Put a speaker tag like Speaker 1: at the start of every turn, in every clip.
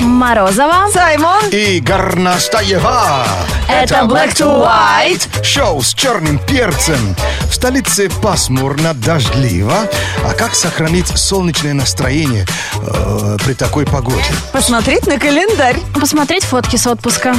Speaker 1: Морозова.
Speaker 2: Саймон.
Speaker 3: И Горнастаева.
Speaker 1: Это Black to White.
Speaker 3: Шоу с черным перцем. В столице пасмурно, дождливо. А как сохранить солнечное настроение э, при такой погоде?
Speaker 2: Посмотреть на календарь.
Speaker 1: Посмотреть фотки с отпуска.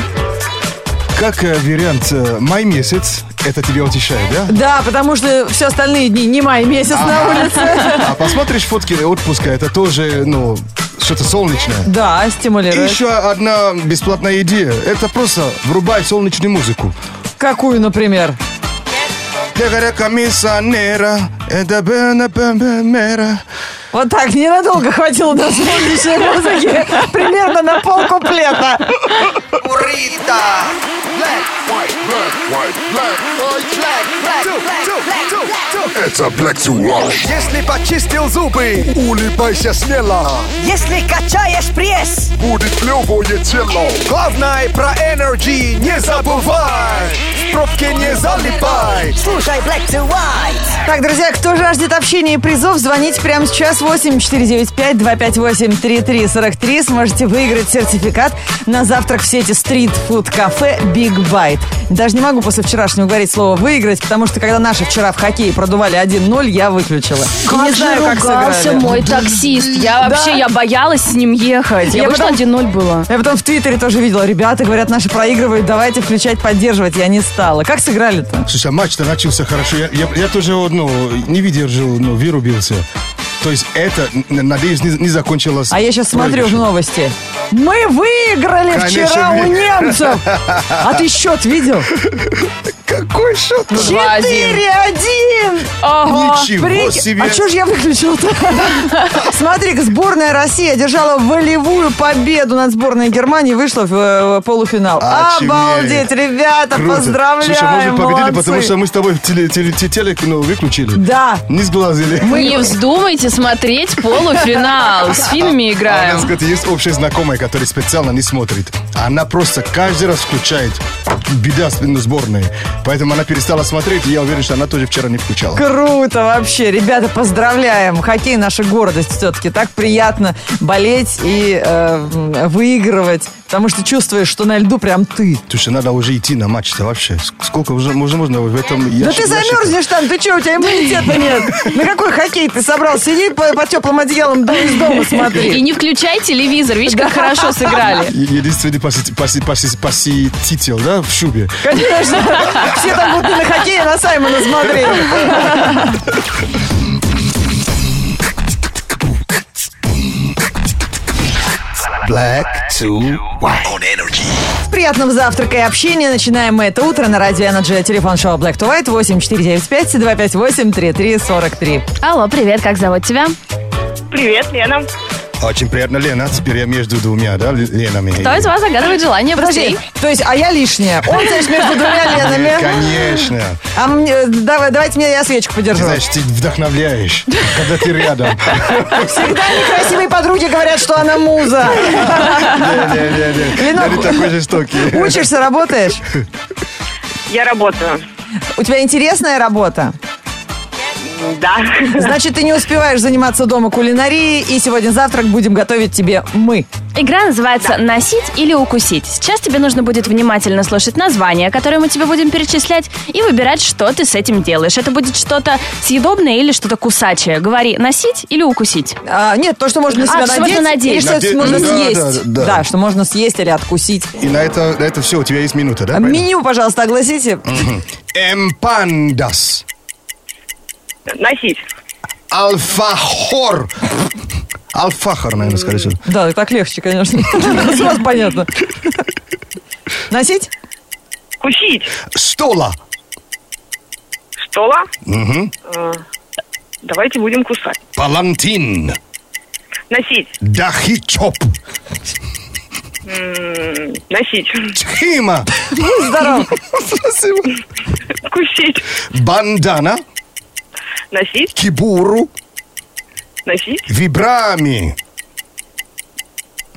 Speaker 3: Как э, вариант э, май месяц, это тебя утешает, да?
Speaker 2: Да, потому что все остальные дни не май месяц на улице.
Speaker 3: А посмотришь фотки отпуска, это тоже, ну, что-то солнечное.
Speaker 2: Да,
Speaker 3: И
Speaker 2: стимулирует.
Speaker 3: еще одна бесплатная идея. Это просто врубай солнечную музыку.
Speaker 2: Какую, например?
Speaker 3: Llegaré comisionera, eh, de buena primera.
Speaker 2: Вот так ненадолго хватило до солнечной музыки. Примерно на полкуплета.
Speaker 4: Это Black to White.
Speaker 5: Если почистил зубы,
Speaker 4: Улыбайся смело,
Speaker 6: Если качаешь пресс,
Speaker 4: будет клевое тело.
Speaker 5: главное про энергии не забывай. В пробке не залипай.
Speaker 6: слушай Black to White.
Speaker 2: Так, друзья, кто жаждет общения и призов, звоните прямо сейчас 8 495 258 3343. Сможете выиграть сертификат на завтрак в сети стрит-фуд-кафе Big Bite. Даже не могу после вчерашнего говорить слово «выиграть», потому что когда наши вчера в хоккее продували 1-0, я выключила. И не знаю, как
Speaker 1: ругался
Speaker 2: сыграли.
Speaker 1: мой таксист. Я вообще, я боялась с ним ехать. Я,
Speaker 2: Я
Speaker 1: вышла
Speaker 2: потом-
Speaker 1: 1-0 было.
Speaker 2: Я потом в Твиттере тоже видела, ребята говорят, наши проигрывают, давайте включать, поддерживать. Я не стала. Как сыграли-то?
Speaker 3: Слушай, а матч-то начался хорошо. Я, я- я тоже, ну, не выдержал, ну, вырубился. То есть это, н- надеюсь, не, не закончилось.
Speaker 2: А я сейчас смотрю в
Speaker 3: проигрышем.
Speaker 2: новости. Мы выиграли
Speaker 3: Конечно,
Speaker 2: вчера у
Speaker 3: мы.
Speaker 2: немцев. А ты счет видел?
Speaker 3: Какой шот?
Speaker 2: 4-1!
Speaker 1: Ого.
Speaker 3: Ничего
Speaker 2: Прикинь,
Speaker 3: себе!
Speaker 2: А что же я выключил-то? Смотри, сборная России одержала волевую победу над сборной Германии и вышла в э, полуфинал.
Speaker 3: Очеметь.
Speaker 2: Обалдеть, ребята,
Speaker 3: Круто.
Speaker 2: поздравляем!
Speaker 3: Слушай, мы же победили,
Speaker 2: молодцы.
Speaker 3: потому что мы с тобой в теле, теле- те- телек ну, выключили.
Speaker 2: Да.
Speaker 3: Не сглазили. А
Speaker 1: Не вздумайте смотреть полуфинал. С фильмами
Speaker 3: А у нас,
Speaker 1: играем.
Speaker 3: кстати, есть общая знакомая, которая специально не смотрит. Она просто каждый раз включает беда с ну, сборной. Поэтому она перестала смотреть, и я уверен, что она тоже вчера не включала.
Speaker 2: Круто вообще. Ребята, поздравляем. Хоккей наша гордость все-таки. Так приятно болеть и э, м, выигрывать. Потому что чувствуешь, что на льду прям ты.
Speaker 3: Слушай, надо уже идти на матч-то вообще. Ск- Сколько уже можно, можно в этом
Speaker 2: Да
Speaker 3: ящи-
Speaker 2: ты
Speaker 3: ящике?
Speaker 2: замерзнешь там, ты что, у тебя иммунитета нет. На какой хоккей ты собрался? Сиди по- под теплым одеялом до из дома
Speaker 1: И
Speaker 2: смотри.
Speaker 1: не включай телевизор. Видишь, как хорошо сыграли.
Speaker 3: Е- Единственный поси- поси- поси- посетитель, да, в шубе.
Speaker 2: Конечно. Все там будут не на хоккей, а на Саймона смотрели.
Speaker 4: Black to White. On energy.
Speaker 2: Приятного завтрака и общения. Начинаем мы это утро на радио Energy. Телефон шоу Black to White 8495 258 3343.
Speaker 1: Алло, привет, как зовут тебя?
Speaker 7: Привет, Лена.
Speaker 3: Очень приятно, Лена. Теперь я между двумя, да, Л- Ленами.
Speaker 1: Кто из вас загадывает желание
Speaker 2: Подожди,
Speaker 1: друзей?
Speaker 2: то есть, а я лишняя. Он, значит, между двумя Ленами.
Speaker 3: Э, Конечно.
Speaker 2: А мне, э, давай, давайте мне я свечку
Speaker 3: Ты
Speaker 2: подержу.
Speaker 3: знаешь, ты вдохновляешь, когда ты рядом.
Speaker 2: Всегда некрасивые подруги говорят, что она муза.
Speaker 3: Не-не-не, я не такой жестокий.
Speaker 2: Учишься, работаешь.
Speaker 7: Я работаю.
Speaker 2: У тебя интересная работа.
Speaker 7: Да.
Speaker 2: Значит, ты не успеваешь заниматься дома кулинарией, и сегодня завтрак будем готовить тебе мы.
Speaker 1: Игра называется «Носить или укусить». Сейчас тебе нужно будет внимательно слушать название, которое мы тебе будем перечислять, и выбирать, что ты с этим делаешь. Это будет что-то съедобное или что-то кусачее. Говори «носить» или «укусить».
Speaker 2: А, нет, то, что можно на себя
Speaker 1: А, что
Speaker 2: надеть,
Speaker 1: можно надеть.
Speaker 2: и что
Speaker 3: Наде-
Speaker 2: можно
Speaker 3: да,
Speaker 2: съесть.
Speaker 3: да, да.
Speaker 2: что можно съесть или откусить.
Speaker 1: Ну,
Speaker 3: И на это, на это все, у тебя есть минута, да?
Speaker 2: Меню, пожалуйста, огласите.
Speaker 3: Эмпандас.
Speaker 7: Носить.
Speaker 3: Алфахор. Алфахор, наверное, скорее всего.
Speaker 2: Да, так легче, конечно. Сразу понятно. Носить?
Speaker 7: Кусить.
Speaker 3: Стола.
Speaker 7: Стола. Э, Давайте будем кусать.
Speaker 3: Палантин.
Speaker 7: Носить.
Speaker 3: Дахичоп.
Speaker 7: Носить.
Speaker 3: Тхима.
Speaker 7: Ну,
Speaker 2: Здорово.
Speaker 3: Спасибо.
Speaker 7: Кусить.
Speaker 3: Бандана.
Speaker 7: Носить.
Speaker 3: Кибуру.
Speaker 7: Носить.
Speaker 3: Вибрами.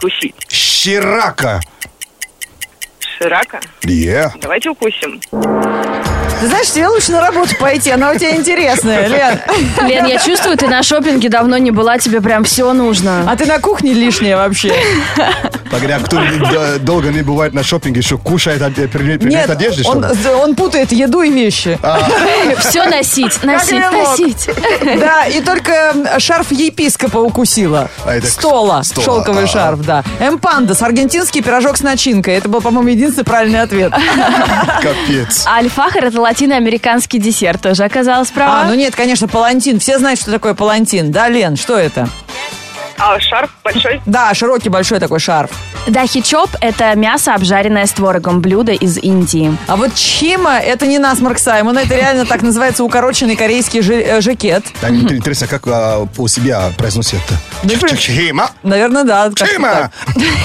Speaker 7: Кусить.
Speaker 3: Ширака.
Speaker 7: Ширака.
Speaker 3: Е.
Speaker 7: Давайте укусим.
Speaker 2: Ты знаешь, тебе лучше на работу пойти, она у тебя интересная, Лен.
Speaker 1: Лен, я чувствую, ты на шопинге давно не была, тебе прям все нужно.
Speaker 2: А ты на кухне лишняя вообще.
Speaker 3: Погоди, а кто д- долго не бывает на шопинге, еще кушает, оде- при-
Speaker 2: Нет,
Speaker 3: примеряет одежды, что
Speaker 2: он,
Speaker 3: ли? А.
Speaker 2: он путает еду и вещи.
Speaker 1: Все носить, носить,
Speaker 2: я мог?
Speaker 1: носить.
Speaker 2: Да, и только шарф епископа укусила.
Speaker 3: А, это к-
Speaker 2: Стола,
Speaker 3: стола,
Speaker 2: шелковый
Speaker 3: а.
Speaker 2: шарф, да. Эмпандас, аргентинский пирожок с начинкой. Это был, по-моему, единственный правильный ответ.
Speaker 3: А? Капец.
Speaker 1: А альфахар это латиноамериканский десерт, тоже оказалась права.
Speaker 2: А, ну нет, конечно, палантин. Все знают, что такое палантин. Да, Лен, что это?
Speaker 7: А шарф большой?
Speaker 2: Да, широкий большой такой шарф.
Speaker 1: Да, хичоп – это мясо, обжаренное с творогом, блюдо из Индии.
Speaker 2: А вот чима, это не насморк Саймона, это реально так называется укороченный корейский жи- э, жакет.
Speaker 3: Да, мне интер- интересно, как а, у себя произносят это? Чхима.
Speaker 2: Наверное, да. как-то так.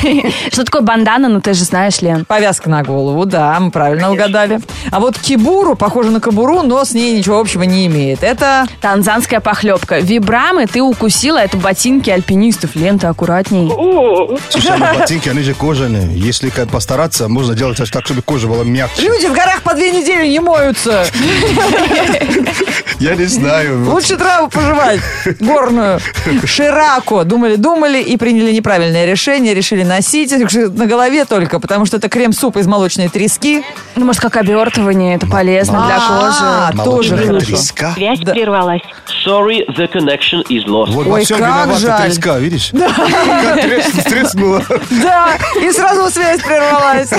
Speaker 3: Чхима.
Speaker 1: Что такое бандана, ну ты же знаешь, Лен.
Speaker 2: Повязка на голову, да, мы правильно угадали. А вот кибуру, похоже на кобуру, но с ней ничего общего не имеет. Это
Speaker 1: Танзанская похлебка. Вибрамы ты укусила, это ботинки альпинистов. Лен, ты аккуратней.
Speaker 7: У,
Speaker 3: Слушай, а на ботинки, они же кожаные. Если как постараться, можно делать так, чтобы кожа была мягче.
Speaker 2: люди в горах по две недели не моются.
Speaker 3: Я не знаю. вот.
Speaker 2: Лучше траву пожевать, горную. Широко. Думали, думали и приняли неправильное решение. Решили носить Так что на голове только, потому что это крем-суп из молочной трески.
Speaker 1: Ну, может, как обертывание, это полезно для
Speaker 2: А,
Speaker 1: кожи.
Speaker 2: тоже
Speaker 3: Молочная
Speaker 2: хорошо.
Speaker 3: треска.
Speaker 7: Связь прервалась.
Speaker 8: Sorry, the connection is lost.
Speaker 3: Вот
Speaker 2: Ой,
Speaker 3: во всем
Speaker 2: как
Speaker 3: виновата
Speaker 2: жаль.
Speaker 3: треска, видишь? Как трес- треснула.
Speaker 2: Да, и сразу связь прервалась.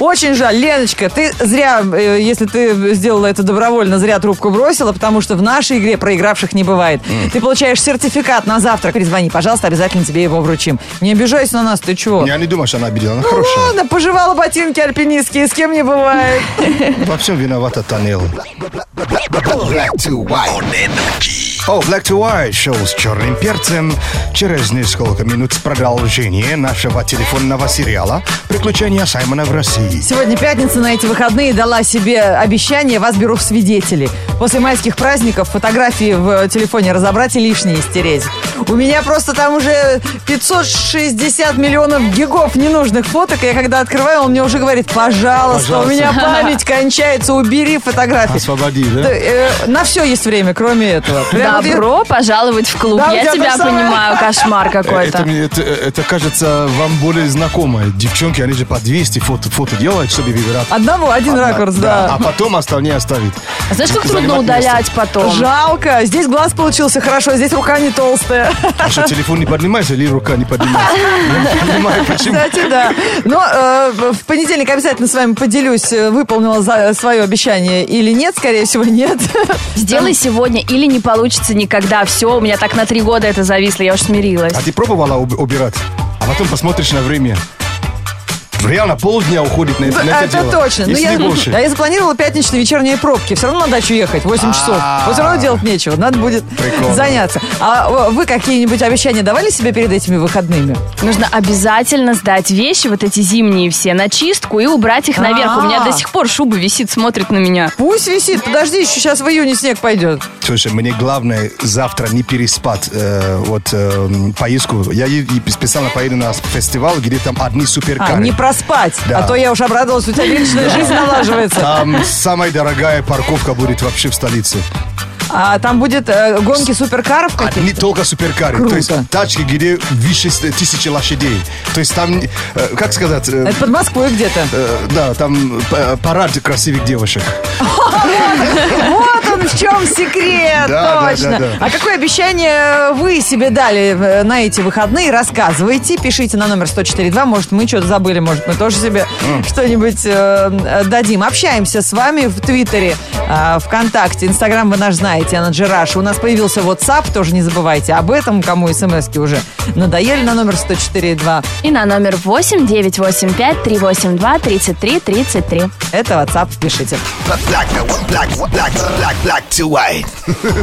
Speaker 2: Очень жаль. Леночка, ты зря, э, если ты сделала это добровольно, зря трубку бросила, потому что в нашей игре проигравших не бывает. Ты получаешь сертификат на завтрак. Перезвони, пожалуйста, обязательно тебе его вручим. Не обижайся на нас, ты чего?
Speaker 3: Я не думаю, что она обидела. Она
Speaker 2: Ну
Speaker 3: хорошая.
Speaker 2: ладно, пожевала ботинки альпинистские, с кем не бывает.
Speaker 3: Во всем виновата Танел.
Speaker 4: Black to white. On energy.
Speaker 3: О, Oh, Black to White шоу с черным перцем. Через несколько минут продолжение нашего телефонного сериала «Приключения Саймона в России».
Speaker 2: Сегодня пятница, на эти выходные дала себе обещание, вас беру в свидетели. После майских праздников фотографии в э, телефоне разобрать и лишние стереть. У меня просто там уже 560 миллионов гигов ненужных фоток. Я когда открываю, он мне уже говорит, пожалуйста, у
Speaker 3: Пожалуйста. А
Speaker 2: меня память кончается, убери фотографии.
Speaker 3: Освободи,
Speaker 2: Да,
Speaker 3: да?
Speaker 2: э, на все есть время, кроме этого. Прям вот я-
Speaker 1: Добро пожаловать в клуб.
Speaker 2: Да, у
Speaker 1: Я
Speaker 2: тебя
Speaker 1: тебя
Speaker 2: там самое-
Speaker 1: понимаю, кошмар
Speaker 3: Это,
Speaker 1: какой-то.
Speaker 3: мне- это, это кажется вам более знакомое. Девчонки, они же по 200 фото, фото делают, чтобы выбирать.
Speaker 2: Одного один ракурс, да. А
Speaker 3: А потом остальные оставить.
Speaker 1: А Знаешь, как
Speaker 3: Занимать
Speaker 1: трудно
Speaker 3: место.
Speaker 1: удалять потом?
Speaker 2: Жалко, здесь глаз получился хорошо, а здесь рука не толстая.
Speaker 3: А что, телефон не поднимается или рука не поднимается? Я не понимаю, почему.
Speaker 2: Кстати, да. Но э, в понедельник обязательно с вами поделюсь, э, выполнила за- свое обещание или нет. Скорее всего, нет.
Speaker 1: Сделай сегодня или не получится никогда. Все, у меня так на три года это зависло, я уж смирилась.
Speaker 3: А ты пробовала уб- убирать? А потом посмотришь на время. Реально полдня уходит на это, на это
Speaker 2: Это
Speaker 3: дело.
Speaker 2: точно. Ну,
Speaker 3: Если
Speaker 2: я,
Speaker 3: не больше.
Speaker 2: а я запланировала пятничные вечерние пробки. Все равно на дачу ехать. 8 часов. Вот все равно делать нечего. Надо будет
Speaker 3: А. Прикольно.
Speaker 2: заняться. А э, вы какие-нибудь обещания давали себе перед этими выходными?
Speaker 1: Нужно обязательно сдать вещи, вот эти зимние все, на чистку и убрать их наверх. У меня
Speaker 2: А.
Speaker 1: до сих пор шуба висит, смотрит на меня.
Speaker 2: Пусть висит. Подожди, еще сейчас в июне снег пойдет.
Speaker 3: Слушай, мне главное завтра не переспать э, вот э, м, поездку. Я е- и специально поеду на фестиваль, где там одни
Speaker 2: А,
Speaker 3: суперкары.
Speaker 2: не проспать.
Speaker 3: Да.
Speaker 2: А то я уж обрадовалась, у тебя личная жизнь налаживается.
Speaker 3: Там самая дорогая парковка будет вообще в столице.
Speaker 2: А там будет э, гонки суперкаров
Speaker 3: А
Speaker 2: какие-то.
Speaker 3: не только суперкары.
Speaker 2: Круто.
Speaker 3: То есть тачки, где выше
Speaker 9: э,
Speaker 3: с- тысячи лошадей. То есть там, э, как сказать... э,
Speaker 2: Это под Москвой где-то.
Speaker 3: э, да, там э, парад красивых девушек.
Speaker 2: Вот он в чем секрет,
Speaker 3: Да, да,
Speaker 2: точно.
Speaker 3: да, да.
Speaker 2: А какое обещание вы себе дали э, на эти выходные? Рассказывайте, пишите на номер 104.2. Может, мы что-то забыли, может, мы тоже себе что-нибудь э, э, дадим. Общаемся с вами в Твиттере, э, ВКонтакте, Инстаграм вы наш знаете, Анаджираш. У нас появился WhatsApp, тоже не забывайте об этом, кому смски уже надоели на номер 104.2.
Speaker 1: И на номер 8 985 382 33 33.
Speaker 2: Это WhatsApp, пишите.
Speaker 4: Black, black, black, black, black, black,
Speaker 10: black to white.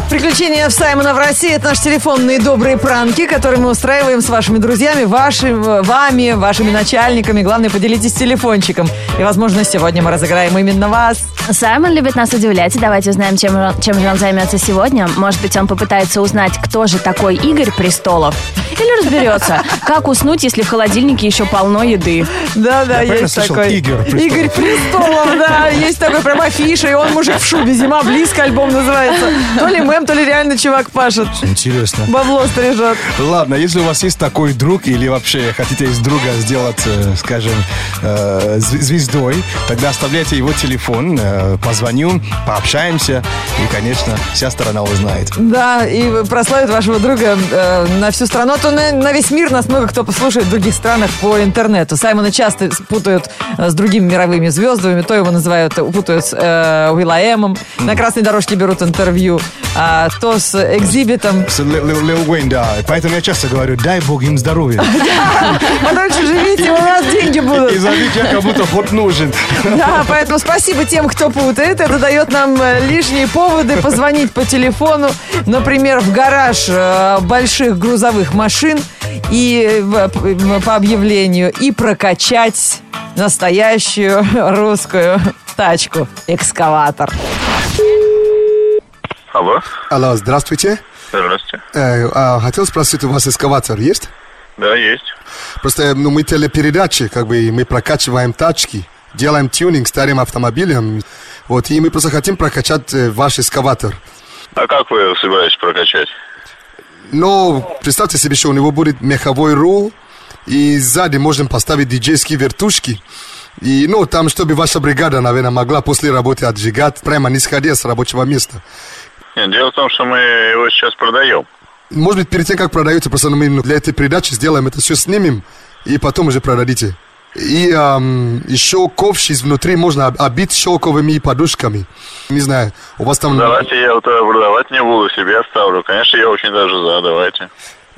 Speaker 2: Приключения в Саймона в России – это наши телефонные добрые пранки, которые мы устраиваем с вашими друзьями, вашим, э, вами, вашими начальниками. Главное, поделитесь телефончиком. И, возможно, сегодня мы разыграем именно вас.
Speaker 1: Саймон любит нас удивлять, и давайте узнаем, чем, он- чем же он займется сегодня. Может быть, он попытается узнать, кто же такой Игорь Престолов. Или разберется, как уснуть, если в холодильнике еще полно еды.
Speaker 2: Да-да,
Speaker 9: правильно
Speaker 2: есть
Speaker 9: слышал?
Speaker 2: такой.
Speaker 9: Игорь Престолов.
Speaker 2: Игорь Престолов, да. Есть такой прям афиша, и он мужик в шубе. «Зима близко» альбом называется. То ли мем, то ли реально чувак пашет.
Speaker 9: Интересно.
Speaker 2: Бабло стрижет.
Speaker 9: Ладно, если у вас есть такой друг или вообще хотите из друга сделать, э, скажем, э, зв- звездой, тогда оставляйте его телефон, э, позвоню, пообщаемся, и, конечно, вся сторона узнает.
Speaker 2: Да, и прославит вашего друга э, на всю страну. А то на, на весь мир нас много кто послушает в других странах по интернету. Саймона часто путают э, с другими мировыми звездами. То его называют, э, путают с э, Уиллаэмом. На красной дорожке берут интервью. а то с экзибитом.
Speaker 9: С Ле- Ле- Лео Уэйн, да. Поэтому я часто говорю, дай бог им здоровья.
Speaker 2: Подольше живите, у нас деньги будут.
Speaker 9: И зовите, я как будто хоть нужен.
Speaker 2: Да, поэтому спасибо тем, кто путает. Это дает нам э, лишние поводы позвонить по телефону, например, в гараж э, больших грузовых машин и в- э, п- по объявлению и прокачать настоящую русскую тачку экскаватор.
Speaker 11: Алло,
Speaker 3: Алло, здравствуйте.
Speaker 11: здравствуйте.
Speaker 3: Э, а, хотел спросить, у вас эскаватор есть?
Speaker 11: Да, есть.
Speaker 3: Просто э, ну, мы телепередачи, как бы и мы прокачиваем тачки, делаем тюнинг старым автомобилям. Вот, и мы просто хотим прокачать э, ваш эскаватор.
Speaker 11: А как вы его собираетесь прокачать?
Speaker 3: Но представьте себе, что у него будет меховой рул, и сзади можем поставить диджейские вертушки. И, ну, там, чтобы ваша бригада, наверное, могла после работы отжигать, прямо не сходя с рабочего места.
Speaker 11: Нет, дело в том, что мы его сейчас продаем.
Speaker 3: Может быть, перед тем, как продаете, просто мы ну, для этой передачи сделаем это все, снимем, и потом уже продадите. И ам, еще ковш изнутри можно об- обить шелковыми подушками. Не знаю, у вас там...
Speaker 11: Давайте я вот продавать не буду, себе оставлю. Конечно, я очень даже за, давайте.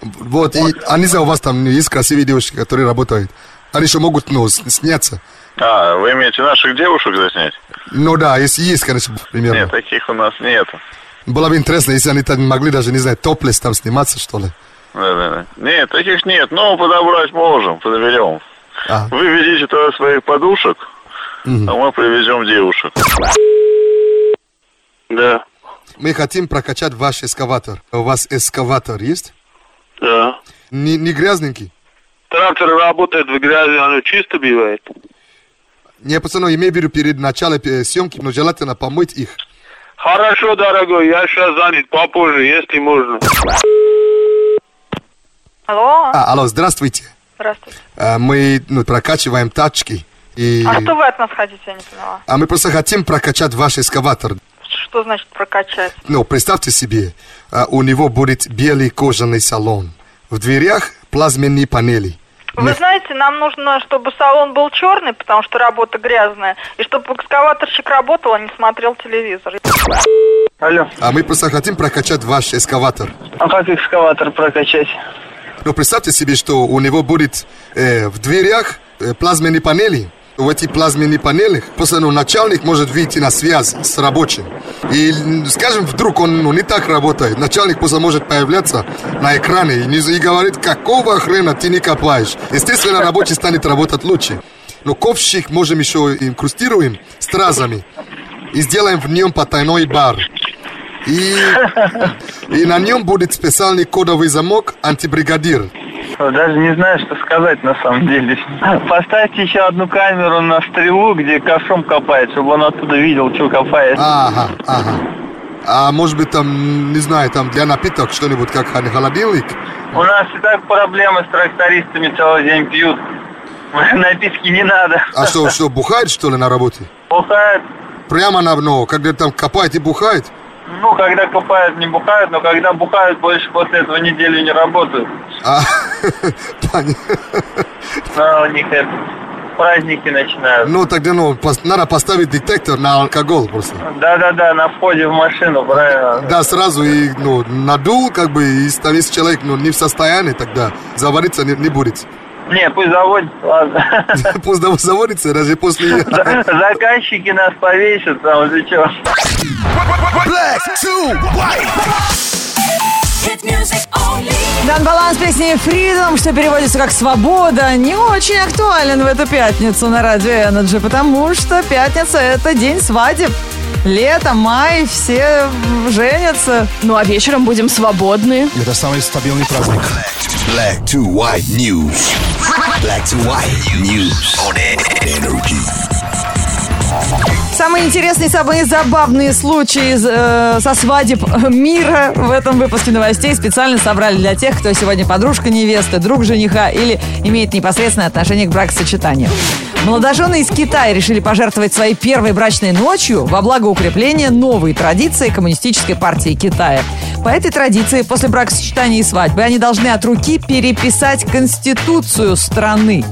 Speaker 3: Вот, и Аниза, у вас там есть красивые девушки, которые работают. Они еще могут, ну, с- сняться.
Speaker 11: А, вы имеете наших девушек заснять?
Speaker 3: Ну да, если есть, конечно, примерно.
Speaker 11: Нет, таких у нас нет.
Speaker 3: Было бы интересно, если они там могли даже, не знаю, топлес там сниматься, что ли.
Speaker 11: Да-да-да. Нет, таких нет, но подобрать можем, подберем.
Speaker 3: А.
Speaker 11: Вы ведите туда своих подушек, а мы привезем девушек. Да,
Speaker 3: Мы хотим прокачать ваш эскаватор. У вас эскаватор есть?
Speaker 11: да.
Speaker 3: Не, не грязненький?
Speaker 11: Трактор работает в грязи, оно чисто бивает.
Speaker 3: Не, пацаны, имею в виду перед началом э, съемки, но желательно помыть их.
Speaker 11: Хорошо, дорогой, я сейчас занят попозже, если можно.
Speaker 7: Алло,
Speaker 3: А, алло, здравствуйте.
Speaker 7: здравствуйте.
Speaker 3: А, Мы ну, прокачиваем тачки. И...
Speaker 7: А что вы от нас хотите, я не поняла?
Speaker 3: А мы просто хотим прокачать ваш эскаватор.
Speaker 7: Что значит прокачать?
Speaker 3: Ну, представьте себе, а, у него будет белый кожаный салон. В дверях плазменные панели.
Speaker 7: Вы знаете, нам нужно, чтобы салон был черный, потому что работа грязная, и чтобы экскаваторщик работал, а не смотрел телевизор.
Speaker 11: Алло,
Speaker 3: А мы просто хотим прокачать ваш эскаватор.
Speaker 11: а как экскаватор прокачать?
Speaker 3: Но представьте себе, что у него будет э, в дверях э, плазменные панели. В эти плазменные панели после ну, начальник может выйти на связь с рабочим. И, м, скажем, вдруг он ну, не так работает. Начальник просто может появляться на экране и, не- и говорит, какого хрена ты не копаешь. Естественно, рабочий станет работать лучше. Но ковщик можем еще инкрустируем стразами и сделаем в нем потайной бар. И, и на нем будет специальный кодовый замок антибригадир.
Speaker 11: Даже не знаю, что сказать на самом деле. Поставьте еще одну камеру на стрелу, где ковшом копает, чтобы он оттуда видел, что копает.
Speaker 3: Ага, ага. А может быть там, не знаю, там для напиток что-нибудь, как хол- холодильник?
Speaker 11: У нас и так проблемы с трактористами целый день пьют. Напитки не надо.
Speaker 3: А что, что, бухает что ли на работе?
Speaker 11: Бухают.
Speaker 3: Прямо на дно, когда там копает и бухает?
Speaker 11: Ну, когда копают, не бухают, но когда бухают, больше после этого неделю не работают.
Speaker 3: А, пон-
Speaker 11: Но у них это, праздники начинают.
Speaker 3: ну тогда ну, пос- надо поставить детектор на алкоголь просто.
Speaker 11: Да-да-да, на входе в машину, правильно.
Speaker 3: Да, сразу и ну, надул, как бы, и там, если человек ну, не в состоянии, тогда завариться не, не будет.
Speaker 11: Не, пусть заводит, ладно.
Speaker 3: Пусть заварится даже после...
Speaker 11: Заказчики нас повесят, там, ты чё?
Speaker 5: Black to
Speaker 2: Дан Баланс песни Freedom, что переводится как «Свобода», не очень актуален в эту пятницу на Радио Energy, потому что пятница – это день свадеб. Лето, май, все женятся.
Speaker 1: Ну а вечером будем свободны.
Speaker 3: Это самый стабильный праздник.
Speaker 4: Black to white news. Black to white news on energy.
Speaker 2: Самые интересные, самые забавные случаи из, э, со свадеб мира в этом выпуске новостей специально собрали для тех, кто сегодня подружка невесты, друг жениха или имеет непосредственное отношение к бракосочетанию. Молодожены из Китая решили пожертвовать своей первой брачной ночью во благо укрепления новой традиции Коммунистической партии Китая. По этой традиции после бракосочетания и свадьбы они должны от руки переписать Конституцию страны.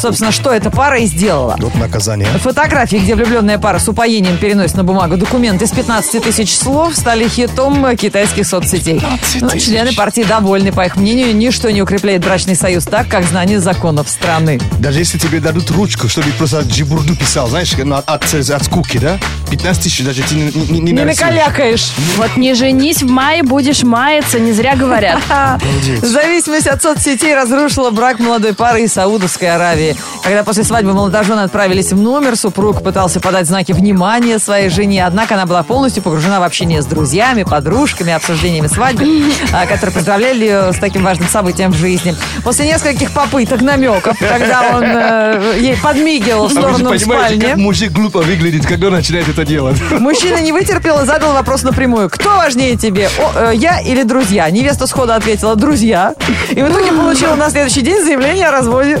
Speaker 2: Собственно, что эта пара и сделала.
Speaker 3: Вот наказание. а?
Speaker 2: Фотографии, где влюбленная пара с упоением переносит на бумагу документы из 15 тысяч слов, стали хитом китайских соцсетей.
Speaker 3: 15
Speaker 2: Но
Speaker 3: тысяч.
Speaker 2: члены партии довольны. По их мнению, ничто не укрепляет брачный союз так, как знание законов страны.
Speaker 3: Даже если тебе дадут ручку, чтобы просто джибурду писал, знаешь, ну, от, от, от скуки, да? 15 тысяч даже ты не, не, не
Speaker 2: Не
Speaker 3: нарисуешь.
Speaker 2: накалякаешь.
Speaker 1: Вот не женись в мае, будешь маяться, не зря говорят.
Speaker 2: Ха. Зависимость от соцсетей разрушила брак молодой пары из Саудовской Аравии. Когда после свадьбы молодожены отправились в номер, супруг пытался подать знаки внимания своей жене, однако она была полностью погружена в общение с друзьями, подружками, обсуждениями свадьбы, а, которые поздравляли ее с таким важным событием в жизни. После нескольких попыток, намеков, когда он э, ей подмигивал в
Speaker 3: А вы же
Speaker 2: сторону
Speaker 3: понимаете,
Speaker 2: спальни,
Speaker 3: как мужик глупо выглядит, когда он начинает это делать.
Speaker 2: Мужчина не вытерпел и задал вопрос напрямую. Кто важнее тебе, о, э, я или друзья? Невеста сходу ответила, друзья. И в итоге получила на следующий день заявление о разводе.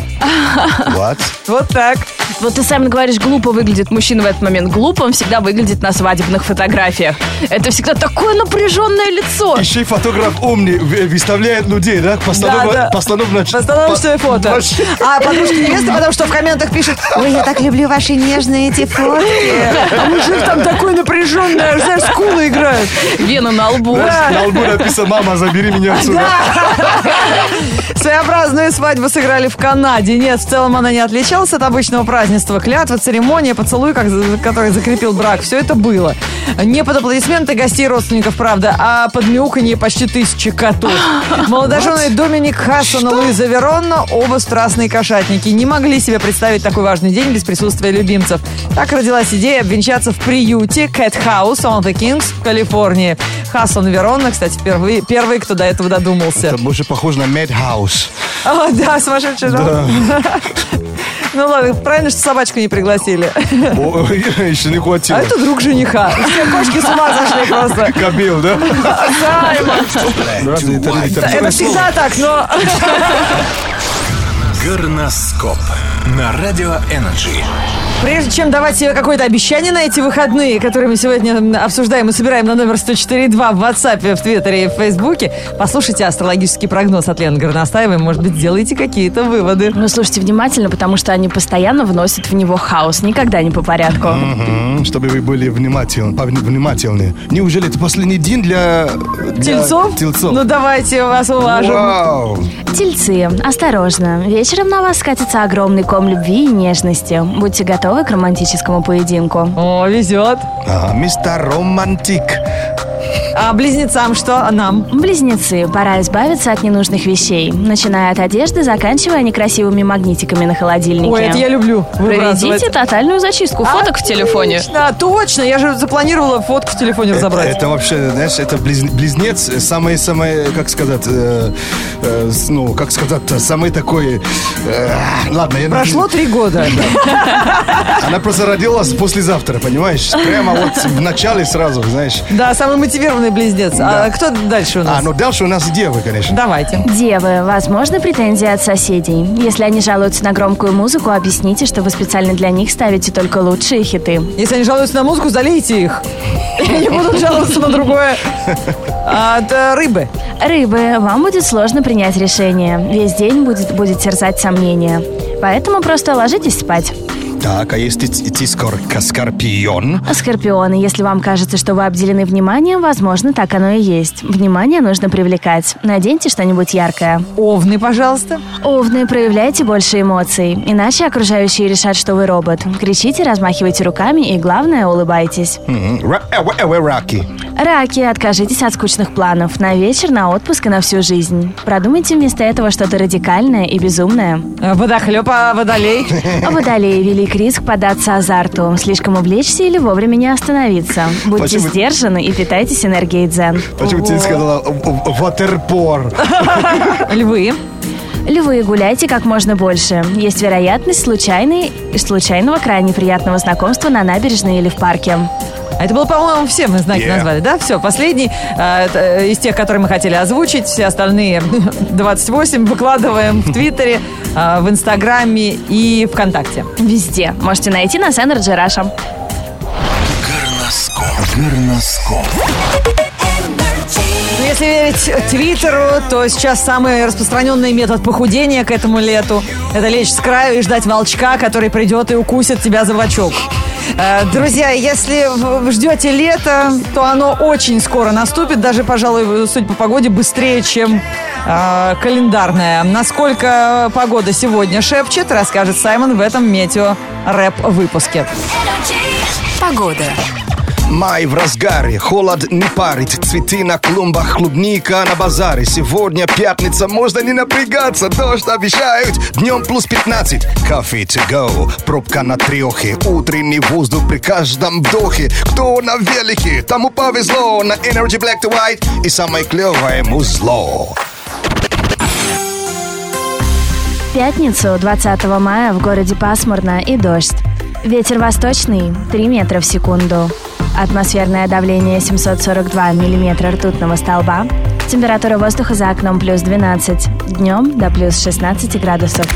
Speaker 3: Вот.
Speaker 2: Вот так.
Speaker 1: Вот ты сам говоришь, глупо выглядит мужчина в этот момент. Глупо он всегда выглядит на свадебных фотографиях. Это всегда такое напряженное лицо.
Speaker 3: Еще и фотограф умный вы- выставляет людей, да? Постанов...
Speaker 2: Да, да.
Speaker 3: Постановно...
Speaker 2: Постановочное фото.
Speaker 3: Вообще.
Speaker 2: А подружка невесты потому что в комментах пишет, ой, я так люблю ваши нежные эти фотки. А мужик там такой напряженный, аж, знаешь, скулы играет.
Speaker 1: Вена на лбу.
Speaker 3: На лбу написано «Мама, забери меня отсюда».
Speaker 2: Своеобразную свадьбу сыграли в Канаде. Нет, в целом она не отличалась от обычного празднества. Клятва, церемония, поцелуй, как, за- который закрепил брак. Все это было. Не под аплодисменты гостей и родственников, правда, а под мяуканье почти тысячи котов. Молодоженые Доминик Хассон и Луиза Веронна, оба страстные кошатники, не могли себе представить такой важный день без присутствия любимцев. Так родилась идея обвенчаться в приюте Cat House on the Kings в Калифорнии. Хассон и Веронна, кстати, впервые- первые, кто до этого додумался.
Speaker 3: Это больше похоже на Madhouse.
Speaker 2: О, А, да, сумасшедший дом. Ну ладно, правильно, что собачку не пригласили.
Speaker 3: О, Еще не
Speaker 2: А
Speaker 3: хватило.
Speaker 2: это друг жениха. Все кошки с ума сошли просто.
Speaker 3: Кабил, да? Разве это не такое
Speaker 2: Это
Speaker 3: слово?
Speaker 2: всегда так, но...
Speaker 4: Горноскоп на Радио Энерджи.
Speaker 2: Прежде чем давать себе какое-то обещание на эти выходные, которые мы сегодня обсуждаем и собираем на номер 104.2 в WhatsApp, в Твиттере и в Фейсбуке, послушайте астрологический прогноз от Лены Горностаевой. Может быть, сделайте какие-то выводы.
Speaker 1: Ну, слушайте внимательно, потому что они постоянно вносят в него хаос. Никогда не по порядку.
Speaker 3: Мгм, Чтобы вы были внимательны, внимательны. Неужели это последний день для... для
Speaker 2: Тельцов?
Speaker 3: Тельцов.
Speaker 2: Ну давайте вас уважим.
Speaker 3: Вау.
Speaker 1: Тельцы, осторожно. Вечером на вас скатится огромный ком любви и нежности. Будьте готовы к романтическому поединку.
Speaker 2: О, везет.
Speaker 3: А, Мистер Романтик.
Speaker 2: А близнецам что? А нам?
Speaker 1: Близнецы, пора избавиться от ненужных вещей, начиная от одежды, заканчивая некрасивыми магнитиками на холодильнике.
Speaker 2: Ой, это я люблю. выбрасывать. А?
Speaker 1: Проведите тотальную зачистку фоток в телефоне.
Speaker 2: Отлично, точно. Я же запланировала фотку в телефоне разобрать.
Speaker 3: Это вообще, знаешь, это близ- близнец, э, самый, самый, как сказать, э, э, с- ну, как сказать, э, самый такой, э, ладно, я не-
Speaker 2: Прошло три года.
Speaker 3: Она просто родилась послезавтра, понимаешь? Прямо вот в начале сразу, знаешь.
Speaker 2: Да, самый мотивированный близнец. А кто дальше у
Speaker 3: А,
Speaker 2: нас?
Speaker 3: ну дальше у нас девы, конечно.
Speaker 2: Давайте.
Speaker 1: Девы, возможно, претензии от соседей. Если они жалуются на громкую музыку, объясните, что вы специально для них ставите только лучшие хиты.
Speaker 2: Если они жалуются на музыку, залейте их. И Они будут жаловаться на другое. От э, рыбы.
Speaker 1: Рыбы, вам будет сложно принять решение. Весь день будет, будет терзать сомнения. Поэтому просто ложитесь спать.
Speaker 3: Так, а есть и ти- тискор- ка- скорпион?
Speaker 1: Скорпионы, если вам кажется, что вы обделены вниманием, возможно, так оно и есть. Внимание нужно привлекать. Наденьте что-нибудь яркое.
Speaker 2: Овны, пожалуйста.
Speaker 1: Овны, проявляйте больше эмоций, иначе окружающие решат, что вы робот. Кричите, размахивайте руками и, главное, улыбайтесь.
Speaker 3: М, ра- э, э, э, Раки.
Speaker 1: Раки, откажитесь от скучных планов на вечер, на отпуск и на всю жизнь. Продумайте вместо этого что-то радикальное и безумное.
Speaker 2: Э, Водохлеб, а водолей.
Speaker 1: А Водолеи, велик риск поддаться азарту, слишком увлечься или вовремя не остановиться. Будьте
Speaker 3: Почему-
Speaker 1: сдержаны и питайтесь энергией дзен.
Speaker 3: Почему ты сказала э, э, ватерпор?
Speaker 2: Львы.
Speaker 1: Львы, гуляйте как можно больше. Есть вероятность случайной, случайного крайне приятного знакомства на набережной или в парке.
Speaker 2: А Это было, по-моему, все мы знаки
Speaker 3: Yeah.
Speaker 2: назвали, да? Все, последний э, это, э, из тех, которые мы хотели озвучить. Все остальные 28 выкладываем в Твиттере, э, в Инстаграме и ВКонтакте.
Speaker 1: Везде. Можете найти нас Energy Раша.
Speaker 2: Ну, Если верить Твиттеру, то сейчас самый распространенный метод похудения к этому лету – это лечь с краю и ждать волчка, который придет и укусит тебя за бочок. Э, Друзья, если вы ждете лета, то оно очень скоро наступит, даже, пожалуй, судя по погоде, быстрее, чем э, календарная. Насколько погода сегодня шепчет, расскажет Саймон в этом метео-рэп-выпуске.
Speaker 3: Май в разгаре, холод не парит, цветы на клумбах, клубника на базаре. Сегодня пятница, можно не напрягаться, дождь обещают, днем плюс 15. Кафе to go, пробка на трехе, утренний воздух при каждом вдохе. Кто на велике, тому повезло, на Energy Black to White и самое клевое музло.
Speaker 1: В пятницу, 20 мая, в городе пасмурно и дождь. Ветер восточный 3 метра в секунду. Атмосферное давление 742 миллиметра ртутного столба. Температура воздуха за окном плюс 12. Днем до плюс 16 градусов.